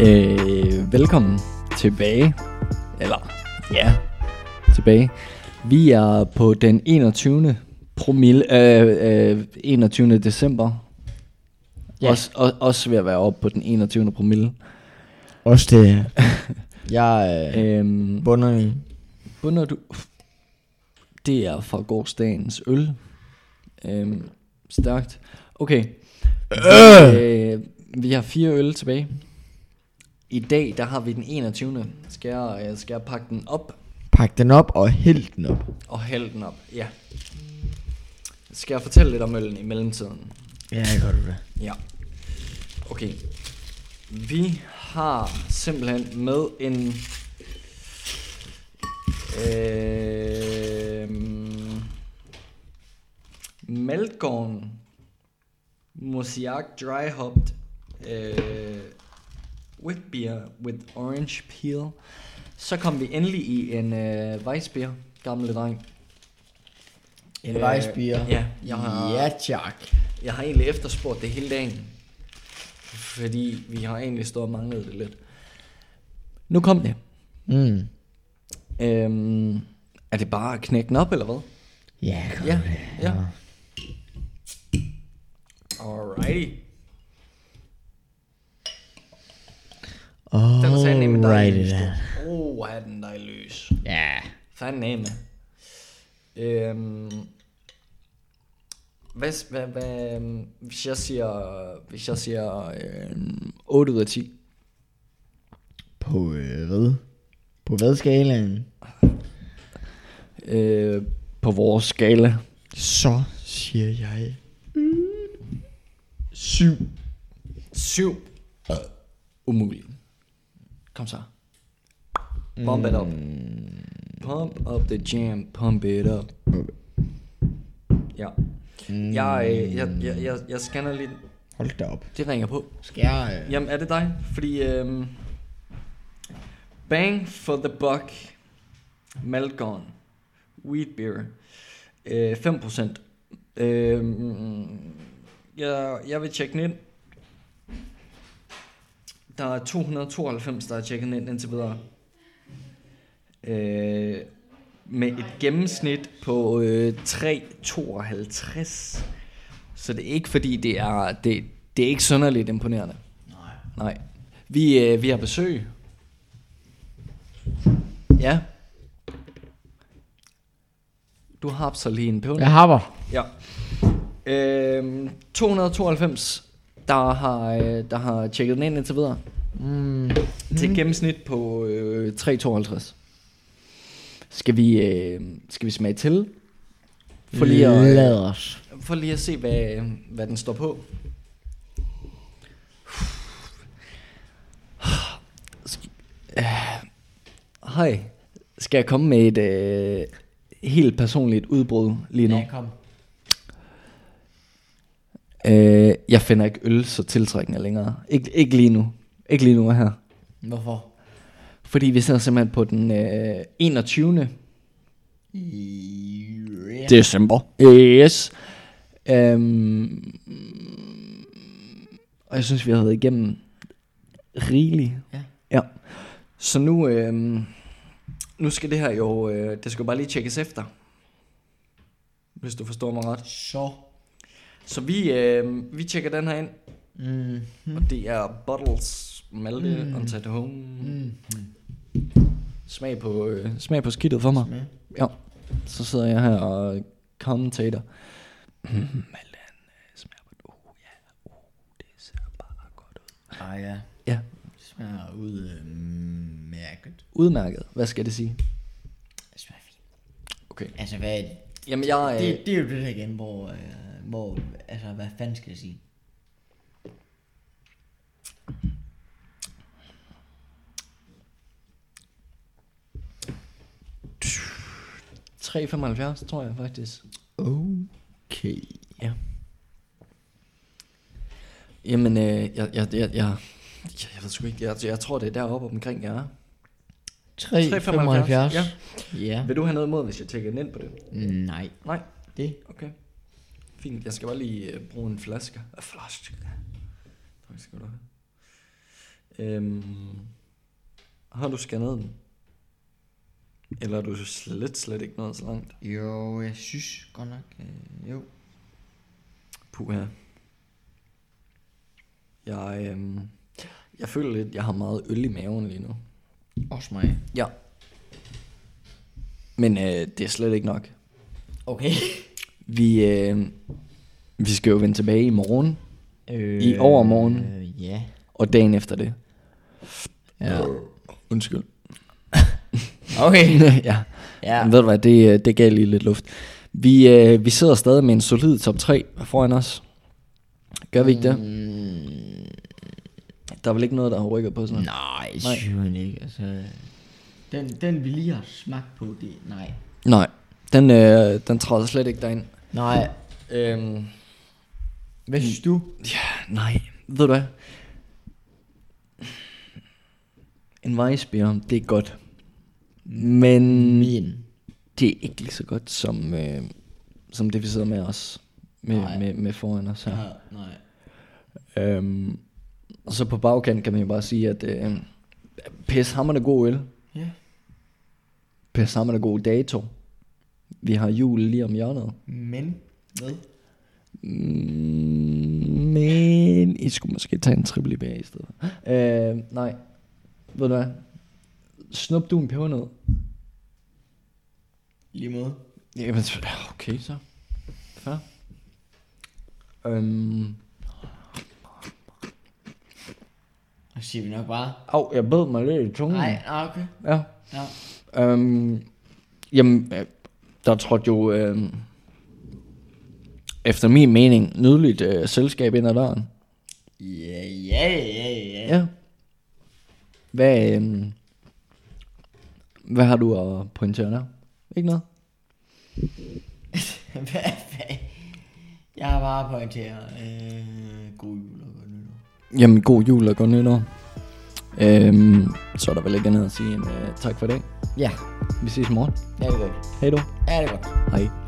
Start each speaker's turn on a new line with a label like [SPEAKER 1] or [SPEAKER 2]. [SPEAKER 1] Øh, velkommen tilbage. Eller, ja, tilbage. Vi er på den 21. promille, øh, øh, 21. december.
[SPEAKER 2] Ja.
[SPEAKER 1] Ja. Også, og, også ved at være oppe på den 21. promille.
[SPEAKER 2] Også det. Jeg øh,
[SPEAKER 1] Øhm,
[SPEAKER 2] bunder i.
[SPEAKER 1] Bunder du... Det er fra gårdsdagens øl. Øhm, stærkt. Okay. Øh. vi har fire øl tilbage. I dag, der har vi den 21. Skal jeg, øh, skal jeg pakke den op
[SPEAKER 2] Pak den op og hæld den op.
[SPEAKER 1] og hælde den op? Ja. Skal jeg fortælle lidt om øllen i mellemtiden?
[SPEAKER 2] Ja, jeg gør det.
[SPEAKER 1] Ja. Okay. Vi har simpelthen med en... Øh, Melkorn Mosiak Dry Hopped øh, Wheat Beer with Orange Peel. Så kom vi endelig i en øh, Weissbier, gamle dreng.
[SPEAKER 2] En
[SPEAKER 1] Øh,
[SPEAKER 2] vejsbier.
[SPEAKER 1] ja, jeg har-
[SPEAKER 2] Ja, tak.
[SPEAKER 1] Jeg har egentlig efterspurgt det hele dagen. Fordi vi har egentlig stået og manglet det lidt. Nu kom det.
[SPEAKER 2] Mm.
[SPEAKER 1] Øhm, er det bare at knække den op, eller hvad?
[SPEAKER 2] Ja, jeg gør
[SPEAKER 1] Ja,
[SPEAKER 2] det.
[SPEAKER 1] ja. Alrighty.
[SPEAKER 2] Oh,
[SPEAKER 1] Den er fandme med dig
[SPEAKER 2] right
[SPEAKER 1] løs,
[SPEAKER 2] it
[SPEAKER 1] du.
[SPEAKER 2] er.
[SPEAKER 1] Åh, oh, den dig løs.
[SPEAKER 2] Ja.
[SPEAKER 1] Fandme. Øhm, hvad, hvad, hvad, hvis jeg siger, hvis jeg siger øhm, 8 ud af 10.
[SPEAKER 2] På øh, hvad? På hvad skalaen?
[SPEAKER 1] Øh, på vores skala.
[SPEAKER 2] Så siger jeg... Syv.
[SPEAKER 1] 7. Øh, Umuligt. Kom så. Pump it up. Pump up the jam. Pump it up. Ja. Jeg, øh, jeg, jeg, jeg, jeg scanner lidt.
[SPEAKER 2] Hold da op.
[SPEAKER 1] Det ringer på.
[SPEAKER 2] Skal jeg... Øh,
[SPEAKER 1] Jamen, er det dig? Fordi... Øhm, bang for the buck. Malgon. Wheat beer. Øh, 5%. Øh, jeg, jeg vil tjekke den ind. Der er 292, der er tjekket den ind indtil videre. Øh, med et gennemsnit på øh, 3,52. Så det er ikke fordi, det er, det, det er ikke synderligt imponerende. Nej. Nej. Vi, øh, vi har besøg. Ja. Du har så lige en pøvn.
[SPEAKER 2] Jeg hopper.
[SPEAKER 1] Ja. Øhm, 292, der har, øh, der har tjekket den ind indtil videre.
[SPEAKER 2] Mm.
[SPEAKER 1] Til et gennemsnit på øh, 3,52. Skal vi, øh, skal vi smage til? For lige at,
[SPEAKER 2] Lad os.
[SPEAKER 1] for lige at se, hvad, hvad den står på. Sk- øh, Hej. Skal jeg komme med et øh, helt personligt udbrud lige nu?
[SPEAKER 2] kom.
[SPEAKER 1] Øh, jeg finder ikke øl så tiltrækkende længere. Ik- ikke lige nu. Ikke lige nu og her.
[SPEAKER 2] Hvorfor?
[SPEAKER 1] Fordi vi sidder simpelthen på den øh, 21.
[SPEAKER 2] Yeah.
[SPEAKER 1] december. Yes. Øhm, og jeg synes, vi har været igennem rigeligt.
[SPEAKER 2] Ja.
[SPEAKER 1] ja. Så nu, øhm, nu skal det her jo, øh, det skal jo bare lige tjekkes efter. Hvis du forstår mig ret.
[SPEAKER 2] Så.
[SPEAKER 1] Så vi, øh, vi tjekker den her ind.
[SPEAKER 2] Mm.
[SPEAKER 1] Og det er Bottles Malte Mm-hmm. mm. on at home. Mm. Smag, på, øh, smag på skidtet for mig.
[SPEAKER 2] Smag.
[SPEAKER 1] Ja. Så sidder jeg her og commentator. Malte han øh, smager på det. Uh, ja. Uh, det ser bare godt ud.
[SPEAKER 2] Ah ja,
[SPEAKER 1] Ja,
[SPEAKER 2] det smager ud øh, mærket.
[SPEAKER 1] udmærket. Hvad skal det sige?
[SPEAKER 2] Det smager fint.
[SPEAKER 1] Okay.
[SPEAKER 2] Altså hvad er det?
[SPEAKER 1] Jamen jeg... Øh,
[SPEAKER 2] det, det er jo det der igen, hvor, øh, hvor altså hvad fanden skal jeg sige?
[SPEAKER 1] det... 3,75 tror jeg faktisk.
[SPEAKER 2] Okay.
[SPEAKER 1] Ja. Jamen, øh, jeg, jeg, jeg, jeg, jeg, jeg ved sgu ikke, jeg, jeg tror det er deroppe omkring, jeg er.
[SPEAKER 2] 3,75.
[SPEAKER 1] Ja.
[SPEAKER 2] ja.
[SPEAKER 1] Vil du have noget imod, hvis jeg tjekker den ind på det?
[SPEAKER 2] Nej.
[SPEAKER 1] Nej,
[SPEAKER 2] Det.
[SPEAKER 1] okay. Fint, jeg skal bare lige øh, bruge en flaske. En flaske. Tak skal du have. Øhm, har du scannet den? Eller er du slet, slet ikke nået så langt?
[SPEAKER 2] Jo, jeg synes godt nok, øh, jo.
[SPEAKER 1] Puha. Jeg, øhm, jeg føler lidt, jeg har meget øl i maven lige nu.
[SPEAKER 2] Også mig.
[SPEAKER 1] Ja. Men øh, det er slet ikke nok.
[SPEAKER 2] Okay.
[SPEAKER 1] Vi, øh, vi skal jo vende tilbage i morgen,
[SPEAKER 2] Øh,
[SPEAKER 1] I overmorgen.
[SPEAKER 2] Øh, ja.
[SPEAKER 1] og dagen efter det.
[SPEAKER 2] ja.
[SPEAKER 1] Undskyld.
[SPEAKER 2] Okay.
[SPEAKER 1] ja.
[SPEAKER 2] Ja.
[SPEAKER 1] Men ved du hvad, det, øh, det gav lige lidt luft. Vi, øh, vi sidder stadig med en solid top 3 foran os. Gør vi ikke det?
[SPEAKER 2] Mm,
[SPEAKER 1] Der er vel ikke noget, der har rykket på sådan noget?
[SPEAKER 2] nej, syvende ikke. Altså, den, den vi lige har smagt på, det nej.
[SPEAKER 1] Nej. Den, øh, den træder slet ikke derind.
[SPEAKER 2] Nej.
[SPEAKER 1] Øhm,
[SPEAKER 2] Hvad synes du?
[SPEAKER 1] ja, nej. Ved du hvad? En vejsbjerg, det er godt. Men
[SPEAKER 2] Min.
[SPEAKER 1] det er ikke lige så godt som, øh, som det, vi sidder med os. Med,
[SPEAKER 2] Nej.
[SPEAKER 1] med, med foran os her.
[SPEAKER 2] Ja, nej.
[SPEAKER 1] Øhm, og så på bagkant kan man jo bare sige, at øh, pis hammerne god øl.
[SPEAKER 2] Ja.
[SPEAKER 1] Pis hammerne god dato. Vi har jul lige om hjørnet.
[SPEAKER 2] Men hvad?
[SPEAKER 1] Mm, men I skulle måske tage en triple IPA i stedet. Øh, nej. Ved du hvad? Snup du en pebernød.
[SPEAKER 2] Lige måde.
[SPEAKER 1] Jamen, ja, okay så. Fair. Øhm,
[SPEAKER 2] Og siger vi nok bare.
[SPEAKER 1] au, jeg bed mig lidt i tungen.
[SPEAKER 2] Nej, nej, okay.
[SPEAKER 1] Ja.
[SPEAKER 2] Ja.
[SPEAKER 1] Øhm, jamen, øh, der trådte jo, øh, efter min mening, nydeligt øh, selskab ind ad døren.
[SPEAKER 2] Ja, ja, ja, ja.
[SPEAKER 1] Ja. Hvad, øh, hvad har du at pointere der? Ikke noget?
[SPEAKER 2] Hvad- hvad? Jeg har bare pointeret. Øh, god jul og godt nytår.
[SPEAKER 1] Jamen, god jul og godt nytår. Øhm, så er der vel ikke andet at sige end øh, tak for i dag.
[SPEAKER 2] Ja,
[SPEAKER 1] Vi ses i morgen.
[SPEAKER 2] det er det godt.
[SPEAKER 1] Hej då.
[SPEAKER 2] Ja, det er godt.
[SPEAKER 1] Hej.